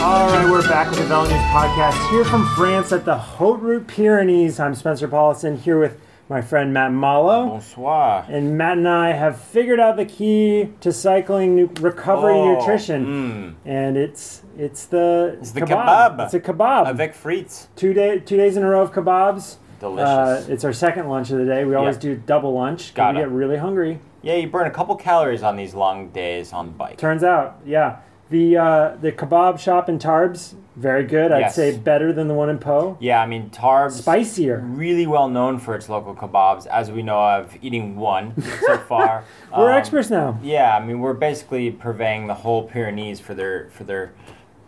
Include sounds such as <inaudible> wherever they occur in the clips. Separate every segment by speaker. Speaker 1: we're back with the Valley News Podcast here from France at the Haute Route Pyrenees. I'm Spencer Paulison here with my friend Matt Mallow.
Speaker 2: Bonsoir.
Speaker 1: And Matt and I have figured out the key to cycling nu- recovery
Speaker 2: Oh, hmm.
Speaker 1: nutrition. And it's it's the it's
Speaker 2: the kebab.
Speaker 1: It's a kebab.
Speaker 2: Avec frites.
Speaker 1: two day two days in a row of kebabs.
Speaker 2: Delicious.
Speaker 1: Uh, it's our second lunch of the day. We always
Speaker 2: Yeah.
Speaker 1: do double lunch. 'cause
Speaker 2: Gotta.
Speaker 1: We get really hungry.
Speaker 2: Yeah, you burn a couple calories on these long days on the bike.
Speaker 1: Turns out, yeah. The uh, the kebab shop in Tarbes, very good. I'd
Speaker 2: Yes.
Speaker 1: say better than the one in Po.
Speaker 2: Yeah, I mean, Tarbes.
Speaker 1: Spicier.
Speaker 2: Really well known for its local kebabs, as we know of eating one
Speaker 1: <laughs>
Speaker 2: so far.
Speaker 1: We're
Speaker 2: Um,
Speaker 1: experts now.
Speaker 2: Yeah, I mean, we're basically purveying the whole Pyrenees for their for their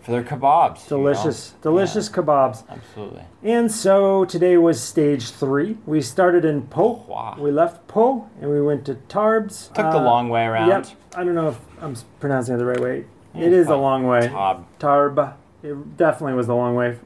Speaker 2: for their kebabs. you know?
Speaker 1: Delicious, delicious kebabs.
Speaker 2: Absolutely.
Speaker 1: And so today was stage three. We started in Po.
Speaker 2: Wow.
Speaker 1: We left Po and we went to Tarbes.
Speaker 2: Took the
Speaker 1: Uh,
Speaker 2: long way around.
Speaker 1: Yep. I don't know if I'm s- pronouncing it the right way. It is a
Speaker 2: fine.
Speaker 1: long way.
Speaker 2: Tarb.
Speaker 1: Tarb. It definitely was the long way.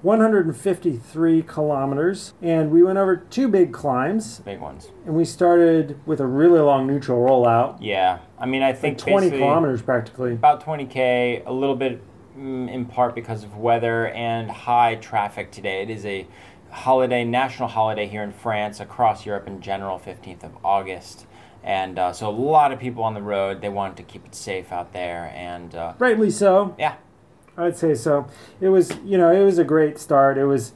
Speaker 1: 153 kilometers. And we went over two big climbs.
Speaker 2: Big ones.
Speaker 1: And we started with a really long neutral rollout.
Speaker 2: Yeah, I mean, I think
Speaker 1: 20
Speaker 2: basically-
Speaker 1: kilometers practically.
Speaker 2: about 20k a little bit mm, in part because of weather and high traffic today it is a holiday national holiday here in france across europe in general 15th of august and uh, so a lot of people on the road they wanted to keep it safe out there and uh,
Speaker 1: Rightly so.
Speaker 2: yeah
Speaker 1: I'd say so. It was, you know, it was a great start. It was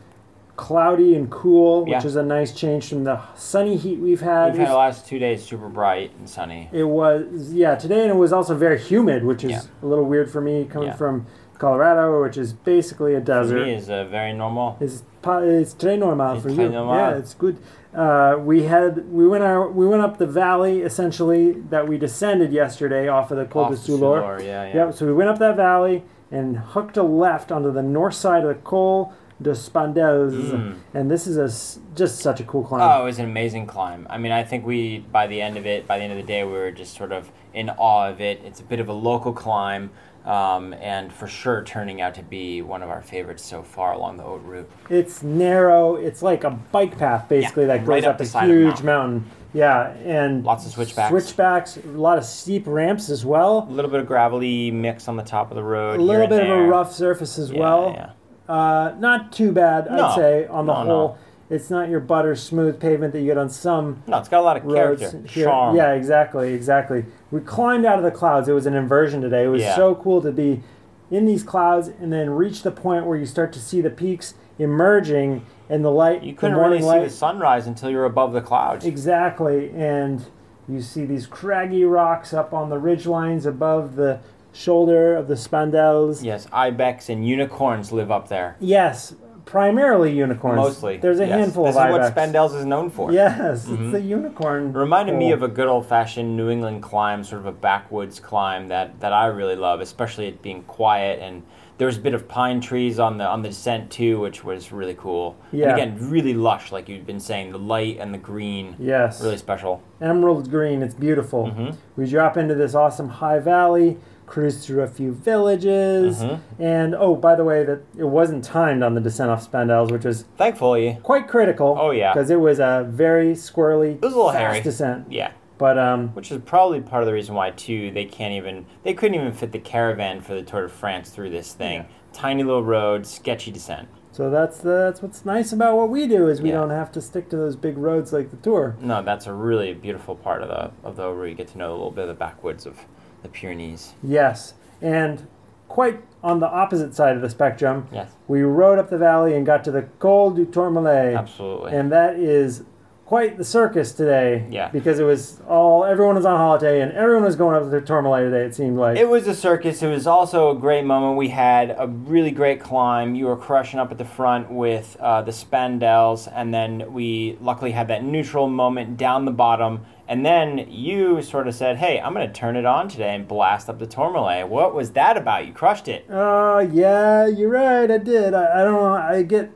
Speaker 1: cloudy and cool, which
Speaker 2: Yeah.
Speaker 1: is a nice change from the sunny heat we've had.
Speaker 2: we've had the last two days super bright and sunny
Speaker 1: it was, yeah, today, and it was also very humid, which is
Speaker 2: Yeah.
Speaker 1: a little weird for me coming
Speaker 2: Yeah.
Speaker 1: from Colorado, which is basically a
Speaker 2: for
Speaker 1: desert.
Speaker 2: me is uh, very normal
Speaker 1: It's, pa- it's très normal
Speaker 2: It's
Speaker 1: for
Speaker 2: très
Speaker 1: you.
Speaker 2: normal.
Speaker 1: Yeah, it's good. Uh, we had we went our we went up the valley essentially that we descended yesterday off of the Col
Speaker 2: Off
Speaker 1: de
Speaker 2: the
Speaker 1: Soulor.
Speaker 2: Soulor, yeah, yeah.
Speaker 1: Yep. So we went up that valley and hooked a left onto the north side of the Col de Spandelles, and this is a s- just such a cool climb.
Speaker 2: Mm. Oh, it was an amazing climb. I mean, I think we by the end of it, by the end of the day, we were just sort of in awe of it. It's a bit of a local climb, um, and for sure turning out to be one of our favorites so far along the Haute Route.
Speaker 1: It's narrow. It's like a bike path basically
Speaker 2: Yeah,
Speaker 1: that goes
Speaker 2: right up
Speaker 1: up,
Speaker 2: the
Speaker 1: a
Speaker 2: side of the
Speaker 1: huge mountain. Yeah, and
Speaker 2: Lots of switchbacks.
Speaker 1: Switchbacks, a lot of steep ramps as well.
Speaker 2: A little bit of gravelly mix on the top of the road.
Speaker 1: a little bit of a rough surface as well.
Speaker 2: yeah.
Speaker 1: Uh, not too bad, I'd
Speaker 2: No.
Speaker 1: say, on the
Speaker 2: No, no.
Speaker 1: whole. It's not your butter smooth pavement that you get on some
Speaker 2: No, it's got a lot of
Speaker 1: roads
Speaker 2: character,
Speaker 1: here.
Speaker 2: charm.
Speaker 1: Yeah, exactly, exactly. We climbed out of the clouds. It was an inversion today. It was
Speaker 2: Yeah.
Speaker 1: so cool to be in these clouds and then reach the point where you start to see the peaks emerging and the light,
Speaker 2: You
Speaker 1: the
Speaker 2: couldn't
Speaker 1: morning
Speaker 2: really
Speaker 1: light.
Speaker 2: see the sunrise until you were above the clouds.
Speaker 1: Exactly, and you see these craggy rocks up on the ridge lines above the shoulder of the Spandels.
Speaker 2: Yes, ibex and unicorns live up there.
Speaker 1: Yes, primarily unicorns.
Speaker 2: Mostly.
Speaker 1: There's a
Speaker 2: yes.
Speaker 1: handful
Speaker 2: This
Speaker 1: of
Speaker 2: is
Speaker 1: ibex.
Speaker 2: what Spendel's is known for.
Speaker 1: Yes, it's the unicorn.
Speaker 2: Reminded
Speaker 1: Oh.
Speaker 2: me of a good old fashioned New England climb, sort of a backwoods climb that, that I really love, especially it being quiet and there was a bit of pine trees on the on the descent too, which was really cool.
Speaker 1: Yeah.
Speaker 2: And again, really lush, like you've been saying, the light and the green.
Speaker 1: Yes.
Speaker 2: Really special.
Speaker 1: emerald green. It's beautiful.
Speaker 2: Mm-hmm.
Speaker 1: We drop into this awesome high valley, cruise through a few villages,
Speaker 2: Mm-hmm.
Speaker 1: and oh, by the way, that it wasn't timed on the descent off Spandels, which was
Speaker 2: Thankfully.
Speaker 1: quite critical.
Speaker 2: Oh, yeah.
Speaker 1: because it was a very squirrely,
Speaker 2: was a little
Speaker 1: fast
Speaker 2: hairy.
Speaker 1: descent.
Speaker 2: Yeah.
Speaker 1: But um,
Speaker 2: Which is probably part of the reason why too they can't even they couldn't even fit the caravan for the Tour de France through this thing. Tiny little road, sketchy descent.
Speaker 1: so that's the, that's what's nice about what we do is we
Speaker 2: Yeah.
Speaker 1: don't have to stick to those big roads like the tour.
Speaker 2: No, that's a really beautiful part of the of the where you get to know a little bit of the backwoods of the Pyrenees.
Speaker 1: Yes, and quite on the opposite side of the spectrum,
Speaker 2: Yes.
Speaker 1: we rode up the valley and got to the Col du Tourmalet.
Speaker 2: Absolutely.
Speaker 1: And that is quite the circus today.
Speaker 2: Yeah.
Speaker 1: Because it was all everyone was on holiday and everyone was going up to the Tourmalet today. It seemed like
Speaker 2: it was a circus. It was also a great moment. We had a really great climb. You were crushing up at the front with uh, the Spandels, and then we luckily had that neutral moment down the bottom. And then you sort of said, "Hey, I'm going to turn it on today and blast up the Tourmalet." What was that about? You crushed it.
Speaker 1: Oh yeah, you're right. I did. I, I don't know. I get,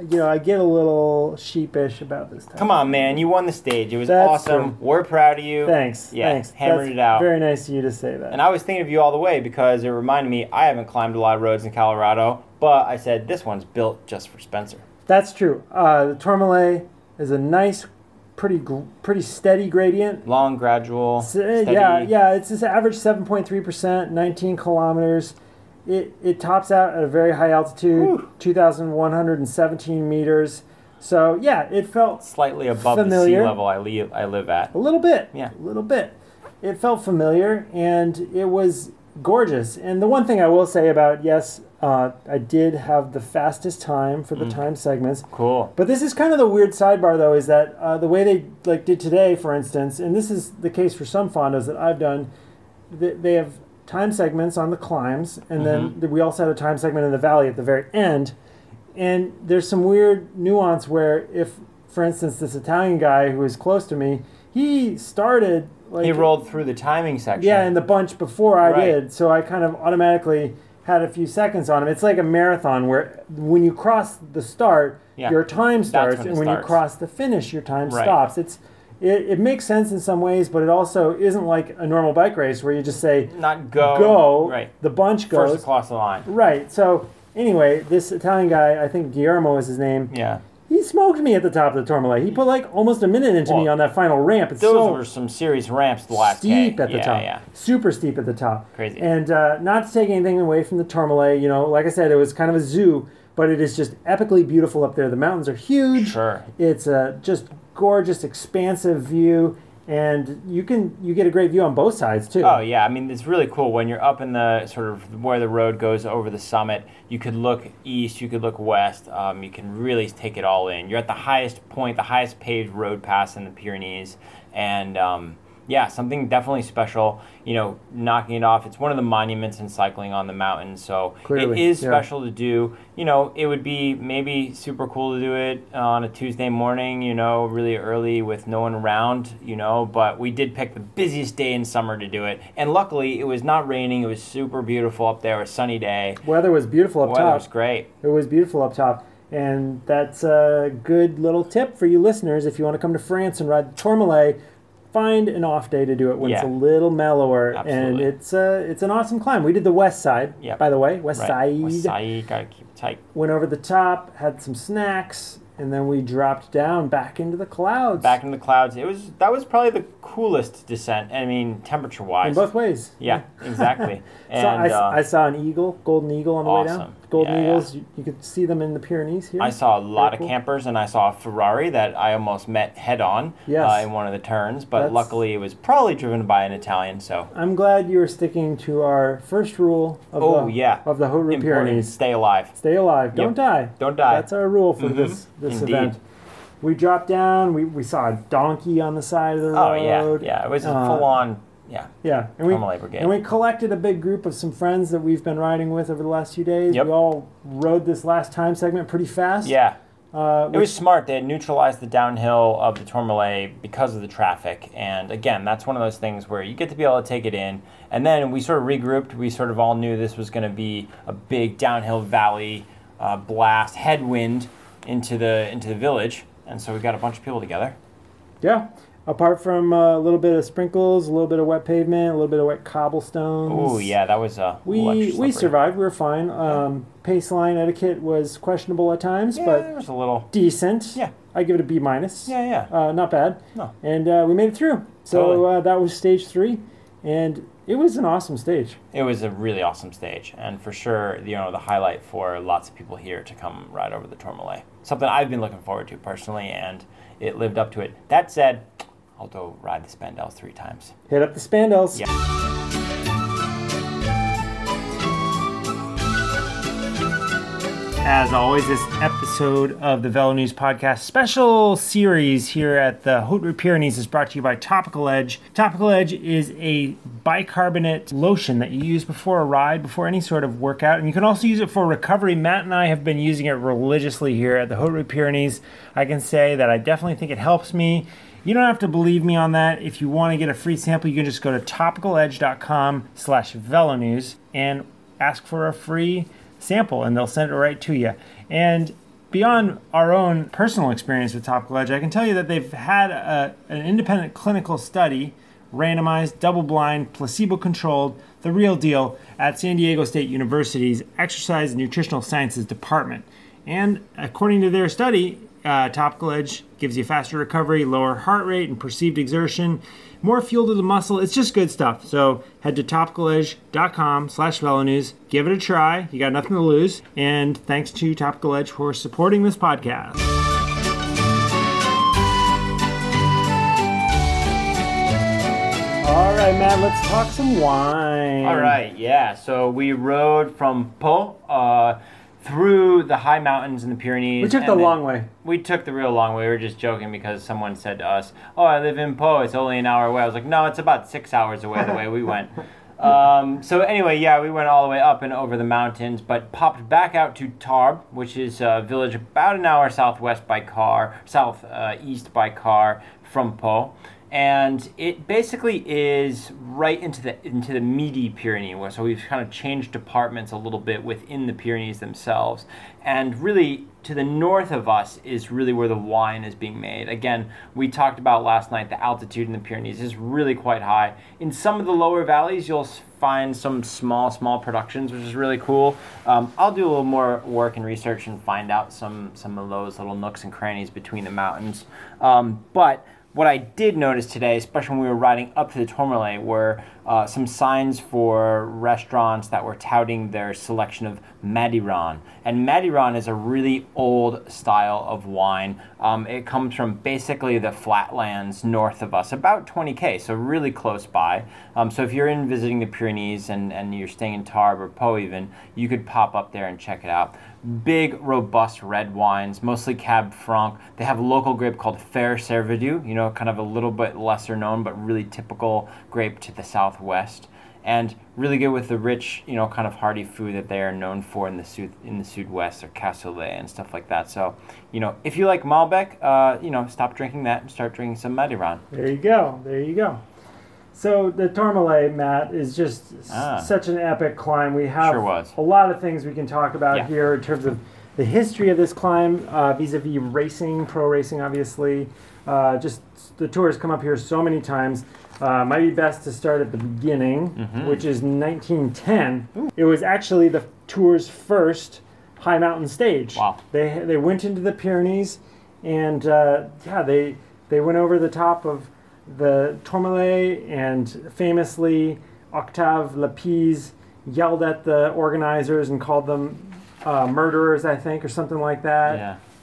Speaker 1: you know, I get a little sheepish about this. Time.
Speaker 2: Come on, man! You won the stage. It was
Speaker 1: That's true.
Speaker 2: awesome. We're proud of you.
Speaker 1: Thanks.
Speaker 2: Yeah,
Speaker 1: Thanks.
Speaker 2: hammered
Speaker 1: That's
Speaker 2: it out.
Speaker 1: Very nice of you to say that.
Speaker 2: And I was thinking of you all the way because it reminded me I haven't climbed a lot of roads in Colorado, but I said this one's built just for Spencer.
Speaker 1: That's true. Uh, the Tourmalet is a nice, pretty, gr- pretty steady gradient.
Speaker 2: Long, gradual,
Speaker 1: S- uh,
Speaker 2: steady.
Speaker 1: Yeah, yeah. It's this average seven point three percent, nineteen kilometers. It, it tops out at a very high altitude, 2,117 meters. So, yeah, it felt
Speaker 2: Slightly above the
Speaker 1: Familiar.
Speaker 2: sea level I, li- I live at.
Speaker 1: A little bit.
Speaker 2: Yeah.
Speaker 1: A little bit. It felt familiar and it was gorgeous. And the one thing I will say about, yes, uh, I did have the fastest time for the
Speaker 2: Mm.
Speaker 1: time segments.
Speaker 2: Cool.
Speaker 1: But this is kind of the weird sidebar, though, is that uh, the way they like did today, for instance, and this is the case for some fondos that I've done. They, they have time segments on the climbs, and then
Speaker 2: Mm-hmm.
Speaker 1: we also had a time segment in the valley at the very end. And there's some weird nuance where, if, for instance, this Italian guy who is close to me, he started like
Speaker 2: He rolled through the timing section.
Speaker 1: yeah, in the bunch before I
Speaker 2: Right.
Speaker 1: did. So I kind of automatically had a few seconds on him. It's like a marathon where when you cross the start,
Speaker 2: Yeah.
Speaker 1: your time starts,
Speaker 2: when it
Speaker 1: and when
Speaker 2: starts.
Speaker 1: you cross the finish, your time
Speaker 2: Right.
Speaker 1: stops. It's it, it makes sense in some ways, but it also isn't like a normal bike race where you just say
Speaker 2: Not go.
Speaker 1: go,
Speaker 2: Oh, Right.
Speaker 1: the bunch
Speaker 2: First
Speaker 1: goes.
Speaker 2: across the line.
Speaker 1: Right. So anyway, this Italian guy, I think Guillermo is his name.
Speaker 2: Yeah.
Speaker 1: He smoked me at the top of the Tourmalet. He put like almost a minute into me
Speaker 2: Well,
Speaker 1: on that final ramp. It's
Speaker 2: Those
Speaker 1: so
Speaker 2: were some serious ramps the last
Speaker 1: steep
Speaker 2: day.
Speaker 1: at the
Speaker 2: yeah,
Speaker 1: top.
Speaker 2: Yeah.
Speaker 1: Super steep at the top.
Speaker 2: Crazy.
Speaker 1: And uh, not to take anything away from the Tourmalet, you know, like I said, it was kind of a zoo, but it is just epically beautiful up there. The mountains are huge.
Speaker 2: Sure.
Speaker 1: It's a just gorgeous, expansive view, and you can you get a great view on both sides too.
Speaker 2: Oh yeah, I mean it's really cool when you're up in the sort of where the road goes over the summit. You could look east, you could look west. Um, you can really take it all in. You're at the highest point, the highest paved road pass in the Pyrenees, and um, yeah, something definitely special. You know, knocking it off. It's one of the monuments in cycling on the mountain, so
Speaker 1: Clearly,
Speaker 2: it is
Speaker 1: yeah.
Speaker 2: special to do. You know, it would be maybe super cool to do it on a Tuesday morning. You know, really early with no one around. You know, but we did pick the busiest day in summer to do it, and luckily it was not raining. It was super beautiful up there. A sunny day.
Speaker 1: Weather was beautiful up
Speaker 2: Weather
Speaker 1: top.
Speaker 2: was great.
Speaker 1: It was beautiful up top. And that's a good little tip for you listeners. If you want to come to France and ride the Tourmalet, find an off day to do it when it's a
Speaker 2: Yeah.
Speaker 1: little mellower. And
Speaker 2: Absolutely.
Speaker 1: it's a, it's an awesome climb. We did the west side,
Speaker 2: Yep.
Speaker 1: by the way. West,
Speaker 2: Right.
Speaker 1: side.
Speaker 2: West side, gotta keep it tight.
Speaker 1: Went over the top, had some snacks, and then we dropped down back into the clouds
Speaker 2: Back in the clouds. It was that was probably the coolest descent. I mean, temperature
Speaker 1: in
Speaker 2: wise.
Speaker 1: both ways.
Speaker 2: Yeah, exactly.
Speaker 1: <laughs>
Speaker 2: And
Speaker 1: So I,
Speaker 2: uh,
Speaker 1: I saw an eagle, golden eagle on the way down.
Speaker 2: Awesome.
Speaker 1: Golden
Speaker 2: Yeah, yeah.
Speaker 1: eagles, you, you could see them in the Pyrenees here.
Speaker 2: I saw a lot
Speaker 1: Very cool.
Speaker 2: of campers, and I saw a Ferrari that I almost met head on
Speaker 1: Yes.
Speaker 2: uh, in one of the turns. But
Speaker 1: That's-
Speaker 2: luckily, it was probably driven by an Italian, so
Speaker 1: I'm glad you are sticking to our first rule of
Speaker 2: Oh,
Speaker 1: the
Speaker 2: yeah.
Speaker 1: of the Haut Route
Speaker 2: important.
Speaker 1: Pyrenees.
Speaker 2: Stay alive.
Speaker 1: Stay alive, don't die.
Speaker 2: Don't die. Mm-hmm.
Speaker 1: That's our rule for this this
Speaker 2: Indeed.
Speaker 1: event. We dropped down. We, we saw a donkey on the side of the
Speaker 2: oh yeah,
Speaker 1: road.
Speaker 2: yeah. It was
Speaker 1: Uh,
Speaker 2: full on. Yeah,
Speaker 1: yeah. And we
Speaker 2: Tourmalet Brigade.
Speaker 1: and we collected a big group of some friends that we've been riding with over the last few days.
Speaker 2: Yep.
Speaker 1: We all rode this last time segment pretty fast.
Speaker 2: yeah.
Speaker 1: Uh,
Speaker 2: It was smart. They had neutralized the downhill of the Tourmalet because of the traffic. And again, that's one of those things where you get to be able to take it in. And then we sort of regrouped. We sort of all knew this was going to be a big downhill valley uh, blast headwind into the into the village. And so we got a bunch of people together.
Speaker 1: yeah. Apart from uh, a little bit of sprinkles, a little bit of wet pavement, a little bit of wet cobblestones.
Speaker 2: Oh yeah, that was a little
Speaker 1: We
Speaker 2: extra
Speaker 1: we
Speaker 2: slippery.
Speaker 1: survived. We were fine. Um, pace line etiquette was questionable at times,
Speaker 2: Yeah,
Speaker 1: but
Speaker 2: there was a little.
Speaker 1: decent.
Speaker 2: Yeah.
Speaker 1: I give it a B minus.
Speaker 2: Yeah, yeah.
Speaker 1: Uh, not bad.
Speaker 2: No.
Speaker 1: And uh, we made it through. So
Speaker 2: Totally.
Speaker 1: uh, that was stage three, and it was an awesome stage.
Speaker 2: It was a really awesome stage, and for sure, you know, the highlight for lots of people here to come ride over the Tourmalet. Something I've been looking forward to personally, and it lived up to it. That said, I'll go ride the Spandels three times.
Speaker 1: Hit up the Spandels.
Speaker 2: Yeah.
Speaker 1: As always, this episode of the Velo News Podcast special series here at the Haute Route Pyrenees is brought to you by Topical Edge. Topical Edge is a bicarbonate lotion that you use before a ride, before any sort of workout, and you can also use it for recovery. Matt and I have been using it religiously here at the Haute Route Pyrenees. I can say that I definitely think it helps me. You don't have to believe me on that. If you want to get a free sample, you can just go to topicaledge.com slash velonews and ask for a free sample and they'll send it right to you. And beyond our own personal experience with Topical Edge, I can tell you that they've had a, an independent clinical study, randomized, double blind, placebo controlled, the real deal, at San Diego State University's Exercise and Nutritional Sciences Department. And according to their study, uh, topical edge gives you faster recovery, lower heart rate, and perceived exertion. More fuel to the muscle. It's just good stuff. So head to topicaledge.com slash velonews. Give it a try. You got nothing to lose. And thanks to Topical Edge for supporting this podcast. All right, Matt, let's talk some wine.
Speaker 2: All right, yeah. So we rode from Po uh, through the high mountains in the Pyrenees.
Speaker 1: We took
Speaker 2: and
Speaker 1: the
Speaker 2: then-
Speaker 1: long way.
Speaker 2: We took the real long way. We were just joking because someone said to us, "Oh, I live in Po. It's only an hour away." I was like, "No, it's about six hours away." The way we went. Um, so anyway, yeah, we went all the way up and over the mountains, but popped back out to Tarbes, which is a village about an hour southwest by car, south uh, east by car from Po, and it basically is right into the into the meaty Pyrenees. where- So we've kind of changed departments a little bit within the Pyrenees themselves, and really to the north of us is really where the wine is being made. Again, we talked about last night the altitude in the Pyrenees is really quite high. In some of the lower valleys, you'll s- find some small, small productions, which is really cool. Um, I'll do a little more work and research and find out some some of those little nooks and crannies between the mountains. Um, but what I did notice today, especially when we were riding up to the Tourmalet, were uh, some signs for restaurants that were touting their selection of Madiran. And Madiran is a really old style of wine. Um, it comes from basically the flatlands north of us, about 20k, so really close by. Um, so if you're in visiting the Pyrenees and, and you're staying in Tarbes or Po even, you could pop up there and check it out big, robust red wines, mostly Cab Franc. They have a local grape called Fair Cervidou, you know, kind of a little bit lesser known, but really typical grape to the southwest. And really good with the rich, you know, kind of hearty food that they are known for in the sud- in the Sudwest or Cassoulet and stuff like that. So, you know, if you like Malbec, uh, you know, stop drinking that and start drinking some Madiran.
Speaker 1: There you go. There you go. So the Tourmalet, Matt, is just s-
Speaker 2: Ah.
Speaker 1: such an epic climb. We have
Speaker 2: Sure was.
Speaker 1: a lot of things we can talk about
Speaker 2: Yeah.
Speaker 1: here in terms of the history of this climb, uh, vis-a-vis racing, pro racing, obviously. Uh, just s- the tour has come up here so many times. Uh, might be best to start at the beginning,
Speaker 2: Mm-hmm.
Speaker 1: which is 1910. It was actually the tour's first high mountain stage.
Speaker 2: Wow.
Speaker 1: They they went into the Pyrenees, and uh, yeah, they they went over the top of the Tourmalet, and famously Octave Lapise yelled at the organizers and called them uh, murderers, I think, or something like that.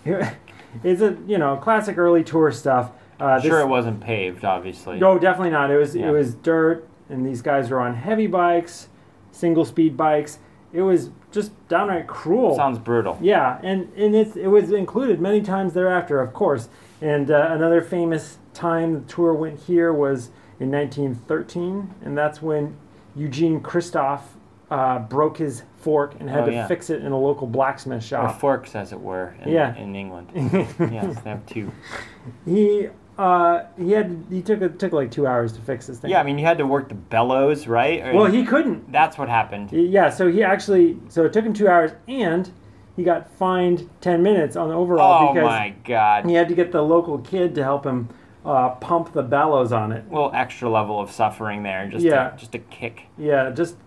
Speaker 2: Yeah.
Speaker 1: Yeah. <laughs> it's a you know classic early tour stuff. Uh, this-
Speaker 2: Sure, it wasn't paved, obviously.
Speaker 1: no, definitely not. It was
Speaker 2: Yeah.
Speaker 1: it was dirt, and these guys were on heavy bikes, single speed bikes. It was just downright cruel.
Speaker 2: Sounds brutal.
Speaker 1: Yeah, and and it's, it was included many times thereafter, of course. And uh, another famous time the tour went here was in 1913, and that's when Eugene Christoph uh, broke his fork and had
Speaker 2: Oh,
Speaker 1: to
Speaker 2: yeah.
Speaker 1: fix it in a local blacksmith
Speaker 2: Or
Speaker 1: shop.
Speaker 2: forks, as it were, in,
Speaker 1: Yeah.
Speaker 2: in England. yes, they have two.
Speaker 1: He uh, he had he took it took like two hours to fix this thing.
Speaker 2: Yeah, I mean, you had to work the bellows, right? Or-
Speaker 1: Well, he couldn't.
Speaker 2: That's what happened.
Speaker 1: Yeah, so he actually so it took him two hours, and he got fined ten minutes on the overall
Speaker 2: Oh
Speaker 1: because
Speaker 2: my god.
Speaker 1: he had to get the local kid to help him uh, pump the bellows on it.
Speaker 2: Little extra level of suffering there. Just
Speaker 1: Yeah.
Speaker 2: A, just a kick.
Speaker 1: Yeah, just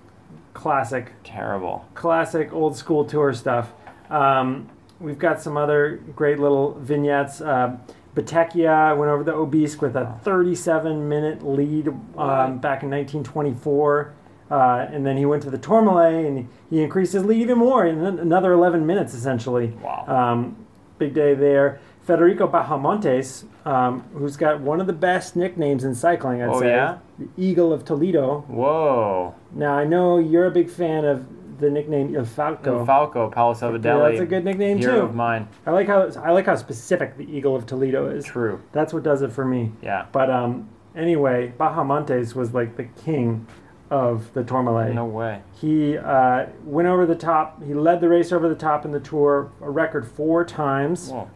Speaker 1: classic,
Speaker 2: Terrible.
Speaker 1: classic old school tour stuff. Um, we've got some other great little vignettes. Uh, Batekia went over the Obisque with a 37 minute lead um, back in 1924. Uh, and then he went to the Tourmalet and he increased his lead even more in an- another 11 minutes, essentially.
Speaker 2: Wow.
Speaker 1: Um, big day there. Federico Bajamontes, um, who's got one of the best nicknames in cycling, I'd
Speaker 2: Oh,
Speaker 1: say.
Speaker 2: yeah?
Speaker 1: The Eagle of Toledo.
Speaker 2: Whoa.
Speaker 1: Now I know you're a big fan of the nickname Il Falco.
Speaker 2: Falco, Palo Salvadelli.
Speaker 1: Yeah, that's a good nickname,
Speaker 2: hero
Speaker 1: too.
Speaker 2: of mine.
Speaker 1: I like how I like how specific the Eagle of Toledo is.
Speaker 2: True.
Speaker 1: That's what does it for me.
Speaker 2: Yeah.
Speaker 1: But um, anyway, Bahamontes was like the king of the Tourmalet.
Speaker 2: No way.
Speaker 1: He uh, went over the top. He led the race over the top in the Tour, a record four times.
Speaker 2: Whoa.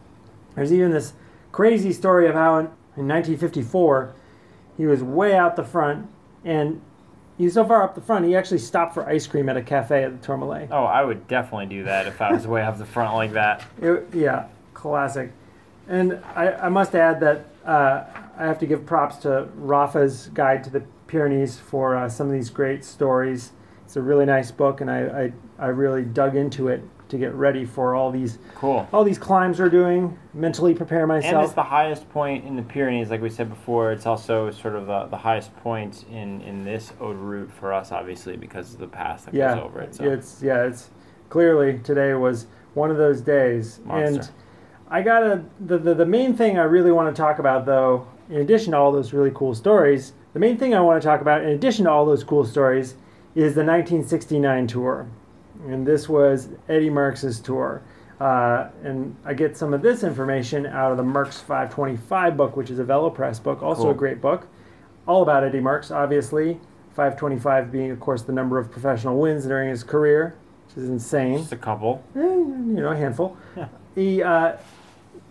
Speaker 1: There's even this crazy story of how in, in 1954 he was way out the front and he was so far up the front he actually stopped for ice cream at a cafe at the Tourmalet.
Speaker 2: Oh, I would definitely do that if I was way off the front like that.
Speaker 1: It- yeah, classic. And I, I must add that uh, I have to give props to Rafa's Guide to the Pyrenees for uh, some of these great stories. It's a really nice book, and I, I, I really dug into it. to get ready for all these
Speaker 2: Cool.
Speaker 1: all these climbs we're doing. Mentally prepare
Speaker 2: And it's
Speaker 1: myself.
Speaker 2: the highest point in the Pyrenees, like we said before. It's also sort of the, the highest point in, in this ode route for us, obviously, because of the pass that
Speaker 1: yeah,
Speaker 2: goes over it. So.
Speaker 1: it's yeah, it's clearly today was one of those days. And
Speaker 2: Monster.
Speaker 1: I gotta the, the the main thing I really want to talk about though, in addition to all those really cool stories, the main thing I want to talk about in addition to all those cool stories is the 1969 tour. and this was Eddie Marx's tour. Uh, and I get some of this information out of the Merckx 525 book, which is a Velopress book, also
Speaker 2: Cool.
Speaker 1: a great book, all about Eddie Merckx, obviously. 525 being, of course, the number of professional wins during his career, which is insane.
Speaker 2: Just
Speaker 1: <laughs>
Speaker 2: a couple.
Speaker 1: Eh, you know, a handful. The uh,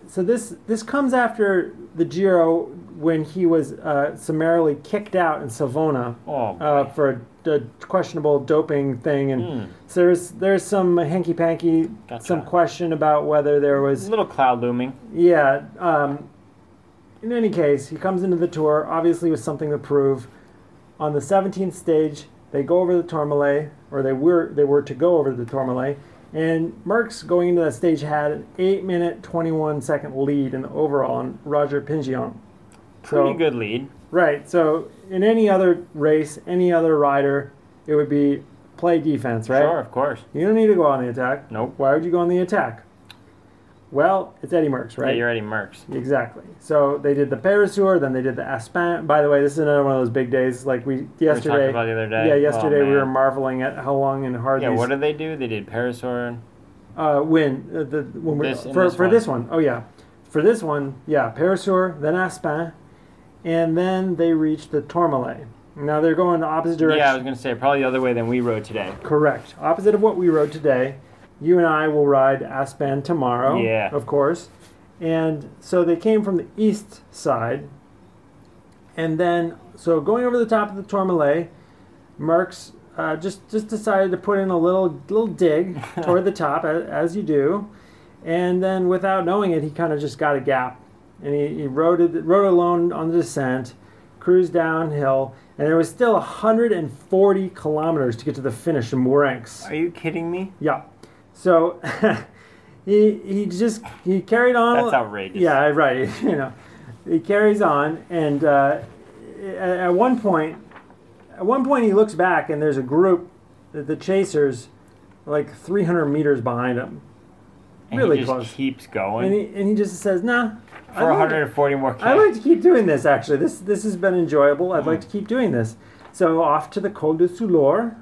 Speaker 1: so this this comes after the Giro when he was uh, summarily kicked out in Savona
Speaker 2: Oh,
Speaker 1: uh, for a, a questionable doping thing, and so there's there's some hanky panky,
Speaker 2: Gotcha.
Speaker 1: some question about whether there
Speaker 2: there's
Speaker 1: was
Speaker 2: a little cloud looming.
Speaker 1: yeah. Um, in any case, he comes into the tour obviously with something to prove. On the 17th stage, they go over the Tourmalet, or they were they were to go over the Tourmalet, and Merckx going into that stage had an 8 minute 21 second lead in the overall on Roger Pingion.
Speaker 2: Pretty
Speaker 1: So-
Speaker 2: good lead.
Speaker 1: Right. So in any other race, any other rider, it would be play defense, right?
Speaker 2: Sure, of course.
Speaker 1: You don't need to go on the attack.
Speaker 2: Nope.
Speaker 1: Why would you go on the attack? Well, it's Eddie Merckx,
Speaker 2: Yeah,
Speaker 1: right?
Speaker 2: you're Eddie Merckx.
Speaker 1: Exactly. So they did the Paris Tour, then they did the Aspen. By the way, this is another one of those big days. Like we yesterday,
Speaker 2: about the other day.
Speaker 1: yeah,
Speaker 2: Oh,
Speaker 1: yesterday we were
Speaker 2: man.
Speaker 1: marveling at how long and hard
Speaker 2: Yeah,
Speaker 1: these
Speaker 2: what did they do? They did Parasaur.
Speaker 1: uh, win uh, the when we,
Speaker 2: This and
Speaker 1: for
Speaker 2: this
Speaker 1: for
Speaker 2: one.
Speaker 1: this one. Oh yeah, for this one, yeah, Parasaur, then Aspen, and then they reached the Tourmalet. Now they're going the opposite direction.
Speaker 2: Yeah, I was going to say, probably the other way than we rode today.
Speaker 1: Correct. Opposite of what we rode today. You and I will ride Aspen tomorrow.
Speaker 2: Yeah.
Speaker 1: Of course. And so they came from the east side. And then, so going over the top of the Tourmalet, Merckx uh, just, just decided to put in a little, little dig toward the top, as, as you do. And then, without knowing it, he kind of just got a gap. And he, he rode, it, rode alone on the descent, cruised downhill, and there was still 140 kilometers to get to the finish in Morenx.
Speaker 2: Are you kidding me?
Speaker 1: Yeah. So <laughs> he he just he carried on.
Speaker 2: That's outrageous.
Speaker 1: Yeah, right. <laughs> You know, he carries on, and uh, at, at one point, at one point he looks back, and there's a group, the, the chasers, like 300 meters behind him,
Speaker 2: And
Speaker 1: Really
Speaker 2: he just
Speaker 1: close.
Speaker 2: keeps
Speaker 1: and
Speaker 2: going
Speaker 1: he and he just says, "Nah." I
Speaker 2: for
Speaker 1: like it."
Speaker 2: 140 more
Speaker 1: I like
Speaker 2: kilometers.
Speaker 1: to keep doing this. Actually, this this has been enjoyable. I'd like to keep doing this. So off to the Col de Soulor,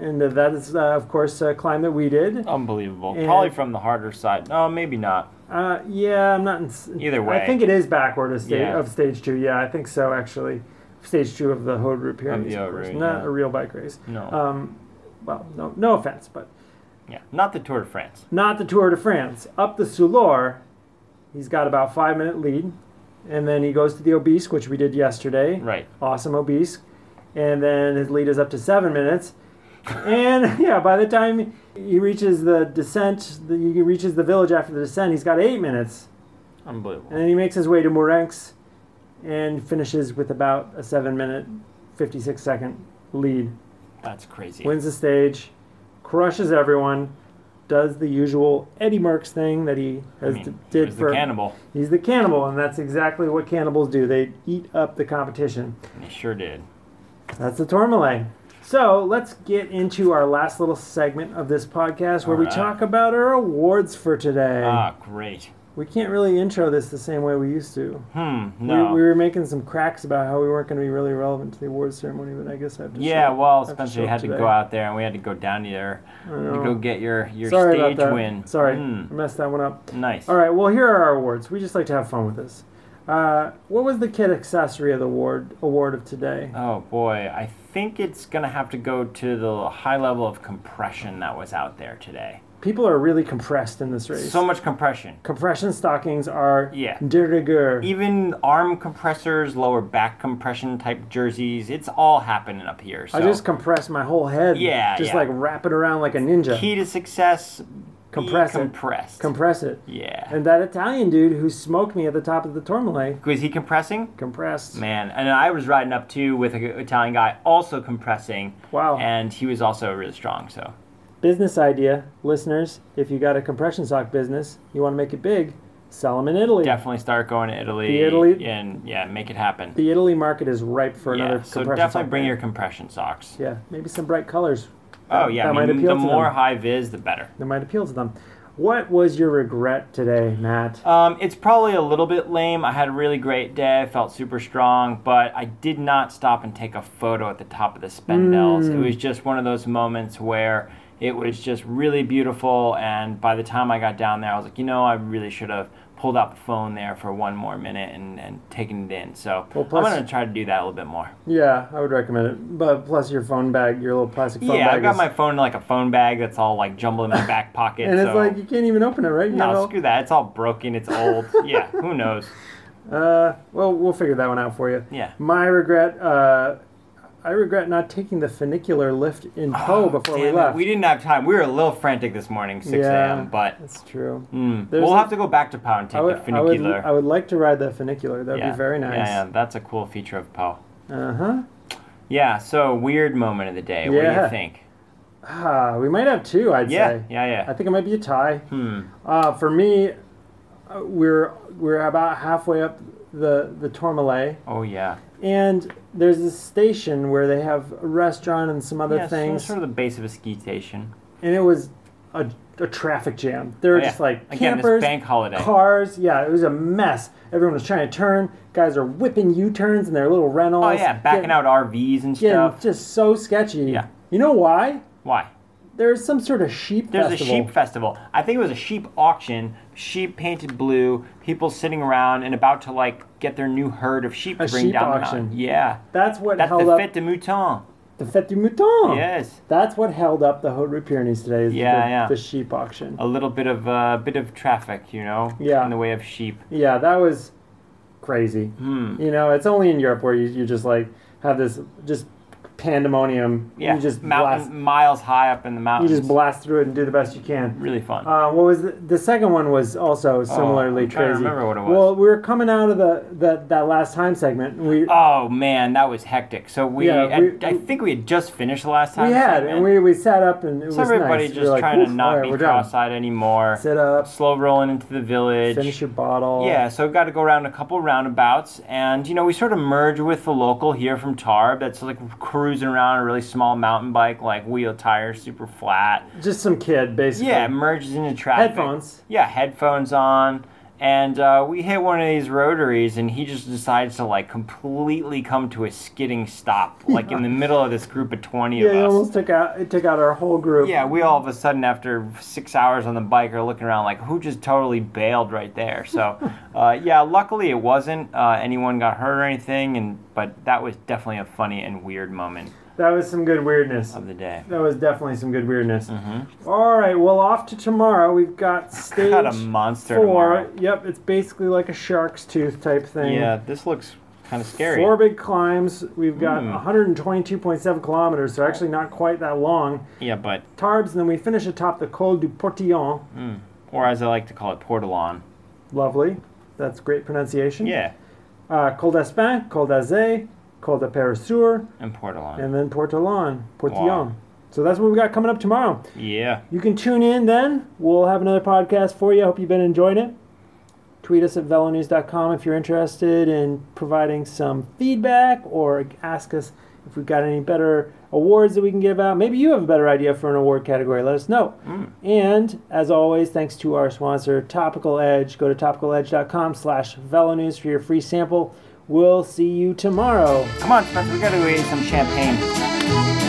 Speaker 1: and uh, that is, uh, of course, a climb that we did.
Speaker 2: Unbelievable.
Speaker 1: And-
Speaker 2: Probably from the harder side. No, maybe not.
Speaker 1: Uh, yeah, I'm not. In,
Speaker 2: Either way.
Speaker 1: I think it is backward of stage,
Speaker 2: Yeah.
Speaker 1: of stage two. Yeah, I think so actually. Stage two of the Haute Route Pyrenees, of
Speaker 2: Haute
Speaker 1: course.
Speaker 2: Route,
Speaker 1: not
Speaker 2: yeah.
Speaker 1: a real bike race.
Speaker 2: No.
Speaker 1: Um, well, no, no offense, but
Speaker 2: yeah. Not the Tour de France.
Speaker 1: not the Tour de France. Up the Soulor, he's got about five minute lead, and then he goes to the Obisque, which we did yesterday.
Speaker 2: Right.
Speaker 1: Awesome Obisque, and then his lead is up to seven minutes. And <laughs> yeah, by the time he reaches the descent, the, he reaches the village after the descent, he's got eight minutes. And
Speaker 2: Unbelievable.
Speaker 1: then he makes his way to Morenx and finishes with about a 7 minute 56 second lead.
Speaker 2: That's crazy.
Speaker 1: Wins the stage, crushes everyone, does the usual Eddie Merckx thing that he
Speaker 2: I
Speaker 1: has
Speaker 2: mean,
Speaker 1: d-
Speaker 2: he
Speaker 1: did
Speaker 2: was
Speaker 1: for
Speaker 2: the cannibal.
Speaker 1: He's the cannibal and that's exactly what cannibals do. They eat up the competition.
Speaker 2: And he sure did.
Speaker 1: That's the Tourmalet. So let's get into our last little segment of this podcast where we
Speaker 2: Alright.
Speaker 1: talk about our awards for today.
Speaker 2: Ah, great.
Speaker 1: we can't really intro this the same way we used to.
Speaker 2: Hmm.
Speaker 1: We,
Speaker 2: No.
Speaker 1: we were making some cracks about how we weren't going to be really relevant to the awards ceremony, but I guess I have to.
Speaker 2: yeah,
Speaker 1: show-
Speaker 2: well,
Speaker 1: have
Speaker 2: Spencer,
Speaker 1: show
Speaker 2: you had
Speaker 1: today.
Speaker 2: to go out there, and we had to go down to there
Speaker 1: I
Speaker 2: to
Speaker 1: know.
Speaker 2: go get your, your
Speaker 1: Sorry
Speaker 2: stage
Speaker 1: about that.
Speaker 2: win.
Speaker 1: Sorry,
Speaker 2: Hmm,
Speaker 1: I messed that one up.
Speaker 2: nice.
Speaker 1: All right, well here are our awards. We just like to have fun with this. Uh, what was the kid accessory of the award award of today?
Speaker 2: Oh boy, I think it's gonna have to go to the high level of compression that was out there today.
Speaker 1: People are really compressed in this race.
Speaker 2: So much compression.
Speaker 1: Compression stockings are
Speaker 2: Yeah.
Speaker 1: de rigueur.
Speaker 2: Even arm compressors, lower back compression type jerseys, it's all happening up here. So
Speaker 1: I just compress my whole head.
Speaker 2: Yeah,
Speaker 1: Just
Speaker 2: yeah.
Speaker 1: like wrap it around like a ninja.
Speaker 2: key to success
Speaker 1: Compress it.
Speaker 2: be compressed.
Speaker 1: compress it.
Speaker 2: yeah.
Speaker 1: And that Italian dude who smoked me at the top of the Tourmalet
Speaker 2: Was he compressing?
Speaker 1: compressed.
Speaker 2: Man, and I was riding up too with an Italian guy also compressing.
Speaker 1: Wow.
Speaker 2: And he was also really strong, so
Speaker 1: Business idea, listeners, if you got a compression sock business, you want to make it big, sell them in Italy.
Speaker 2: Definitely start going to Italy.
Speaker 1: The Italy-
Speaker 2: and yeah, make it happen.
Speaker 1: The Italy market is ripe for
Speaker 2: yeah,
Speaker 1: another
Speaker 2: so
Speaker 1: compression
Speaker 2: definitely
Speaker 1: sock
Speaker 2: bring
Speaker 1: brand.
Speaker 2: your compression socks.
Speaker 1: Yeah, maybe some bright colors.
Speaker 2: Oh yeah,
Speaker 1: that
Speaker 2: I
Speaker 1: might
Speaker 2: mean,
Speaker 1: appeal
Speaker 2: the
Speaker 1: to
Speaker 2: more
Speaker 1: them.
Speaker 2: high vis, the better.
Speaker 1: that might appeal to them. What was your regret today, Matt?
Speaker 2: Um, it's probably a little bit lame. I had a really great day. I felt super strong, but I did not stop and take a photo at the top of the Spendels.
Speaker 1: Mm.
Speaker 2: It was just one of those moments where it was just really beautiful. And by the time I got down there, I was like, you know, I really should have pulled out the phone there for one more minute and, and taken it in. So
Speaker 1: Well, plus-
Speaker 2: I'm going to try to do that a little bit more.
Speaker 1: Yeah, I would recommend it. But plus your phone bag, your little plastic phone
Speaker 2: yeah,
Speaker 1: bag.
Speaker 2: I've got
Speaker 1: is-
Speaker 2: my phone in like a phone bag that's all like jumbled in
Speaker 1: <laughs>
Speaker 2: my back pocket.
Speaker 1: And it's
Speaker 2: so-
Speaker 1: like you can't even open it, right? You
Speaker 2: no,
Speaker 1: know?
Speaker 2: screw that. It's all broken. It's old. yeah, who knows?
Speaker 1: Uh, well, we'll figure that one out for you.
Speaker 2: Yeah.
Speaker 1: My regret, uh, I regret not taking the funicular lift in tow Oh, before we
Speaker 2: Ah, Damn it,
Speaker 1: left.
Speaker 2: We didn't have time. We were a little frantic this morning, 6
Speaker 1: Yeah.
Speaker 2: a.m., but
Speaker 1: That's true.
Speaker 2: mm,
Speaker 1: There's
Speaker 2: we'll
Speaker 1: a-
Speaker 2: have to go back to Poe and take
Speaker 1: I would,
Speaker 2: the
Speaker 1: I would,
Speaker 2: funicular.
Speaker 1: I would like to ride that funicular. That would
Speaker 2: yeah.
Speaker 1: be very nice.
Speaker 2: Yeah, yeah, that's a cool feature of Poe.
Speaker 1: Uh huh.
Speaker 2: Yeah, so weird moment of the day. What do
Speaker 1: Yeah.
Speaker 2: you think?
Speaker 1: Ah, we might have two. I'd
Speaker 2: Yeah,
Speaker 1: say.
Speaker 2: yeah,
Speaker 1: I
Speaker 2: yeah.
Speaker 1: think it might be a tie.
Speaker 2: Hmm.
Speaker 1: Uh, for me, uh, we're we're about halfway up the the Tourmalet,
Speaker 2: Oh, yeah.
Speaker 1: and there's this station where they have a restaurant and some other
Speaker 2: yeah, so
Speaker 1: things,
Speaker 2: sort of the base of a ski station.
Speaker 1: and it was a, a traffic jam. There were
Speaker 2: Oh, yeah.
Speaker 1: just like
Speaker 2: Again, this
Speaker 1: campers,
Speaker 2: bank holiday. Oh,
Speaker 1: cars. Yeah, it was a mess. Everyone was trying to turn. Guys are whipping U-turns in their little rentals.
Speaker 2: Oh, yeah, backing
Speaker 1: getting,
Speaker 2: out RVs and
Speaker 1: Getting
Speaker 2: stuff.
Speaker 1: just so sketchy.
Speaker 2: Yeah.
Speaker 1: You know why?
Speaker 2: Why?
Speaker 1: There's some sort of sheep
Speaker 2: There's
Speaker 1: festival.
Speaker 2: a sheep festival. I think it was a sheep auction, sheep painted blue, people sitting around and about to like get their new herd of sheep
Speaker 1: A
Speaker 2: to bring
Speaker 1: sheep
Speaker 2: down the
Speaker 1: auction.
Speaker 2: mountain. Yeah.
Speaker 1: That's what
Speaker 2: That's
Speaker 1: held
Speaker 2: the
Speaker 1: up Oh.
Speaker 2: Fête de Mouton.
Speaker 1: the Fête du Mouton.
Speaker 2: Yes.
Speaker 1: That's what held up the Haut Pyrenees today. Is
Speaker 2: Yeah,
Speaker 1: the,
Speaker 2: yeah.
Speaker 1: the sheep auction.
Speaker 2: A little bit of uh, bit of traffic, you know,
Speaker 1: Yeah.
Speaker 2: in the way of sheep.
Speaker 1: Yeah, that was crazy.
Speaker 2: Hmm.
Speaker 1: You know, it's only in Europe where you, you just like have this just pandemonium.
Speaker 2: Yeah.
Speaker 1: You just
Speaker 2: mountain
Speaker 1: blast.
Speaker 2: miles high up in the
Speaker 1: You
Speaker 2: mountains.
Speaker 1: just blast through it and do the best you can.
Speaker 2: really fun.
Speaker 1: Uh, what was the, the second one was also similarly
Speaker 2: Oh, I'm trying to
Speaker 1: crazy.
Speaker 2: remember what it was.
Speaker 1: Well, we were coming out of the, the that last time segment. And we
Speaker 2: oh man, that was hectic. So we,
Speaker 1: Yeah,
Speaker 2: I-
Speaker 1: we-
Speaker 2: I, think we had just finished the last time.
Speaker 1: we had
Speaker 2: segment.
Speaker 1: and we, we sat up and it
Speaker 2: so
Speaker 1: was nice.
Speaker 2: everybody
Speaker 1: We
Speaker 2: just
Speaker 1: were like,
Speaker 2: trying to
Speaker 1: "Oof,
Speaker 2: not
Speaker 1: all right,
Speaker 2: be
Speaker 1: we're done."
Speaker 2: cross-eyed anymore.
Speaker 1: Sit up,
Speaker 2: Slow rolling into the village.
Speaker 1: finish your bottle.
Speaker 2: Yeah, so we've got to go around a couple roundabouts, and you know we sort of merge with the local here from Tarb that's like cruising around a really small mountain bike, like wheel tires, super flat.
Speaker 1: Just some kid, basically.
Speaker 2: Yeah, merges into traffic.
Speaker 1: Headphones.
Speaker 2: Yeah, headphones on, and uh, we hit one of these rotaries, and he just decides to like completely come to a skidding stop, like in the middle of this group of twenty
Speaker 1: Yeah,
Speaker 2: of
Speaker 1: it
Speaker 2: us.
Speaker 1: almost took out it took out our whole group.
Speaker 2: Yeah, we all of a sudden, after six hours on the bike, are looking around like, who just totally bailed right there?
Speaker 1: <laughs>
Speaker 2: So, uh, yeah, luckily it wasn't uh, anyone got hurt or anything, and but that was definitely a funny and weird moment
Speaker 1: That was some good weirdness.
Speaker 2: of the day.
Speaker 1: That was definitely some good weirdness. All right, well, off to tomorrow. We've got stage
Speaker 2: mm-hmm. Got a monster
Speaker 1: four.
Speaker 2: tomorrow.
Speaker 1: Yep, it's basically like a shark's tooth type thing.
Speaker 2: Yeah, this looks kind of scary.
Speaker 1: Four big climbs. We've got
Speaker 2: Mm.
Speaker 1: 122.7 kilometers, so actually not quite that long.
Speaker 2: Yeah, but
Speaker 1: Tarbes, and then we finish atop the Col du Portillon.
Speaker 2: or as I like to call it, portalon.
Speaker 1: Lovely. That's great pronunciation.
Speaker 2: Yeah,
Speaker 1: Uh, Col d'Aspin, Col d'Azay, Col de Perisur,
Speaker 2: and portalon.
Speaker 1: and then Portillon. Portillon.
Speaker 2: Wow.
Speaker 1: So that's what we got coming up tomorrow.
Speaker 2: Yeah.
Speaker 1: You can tune in then. We'll have another podcast for you. I hope you've been enjoying it. Tweet us at velonews.com if you're interested in providing some feedback or ask us if we've got any better awards that we can give out. Maybe you have a better idea for an award category. Let us know. And as always, thanks to our sponsor, Topical Edge. Go to topicaledge.com slash velonews for your free sample. We'll see you tomorrow.
Speaker 2: Come on, Spencer, we gotta go eat some champagne.
Speaker 3: Thank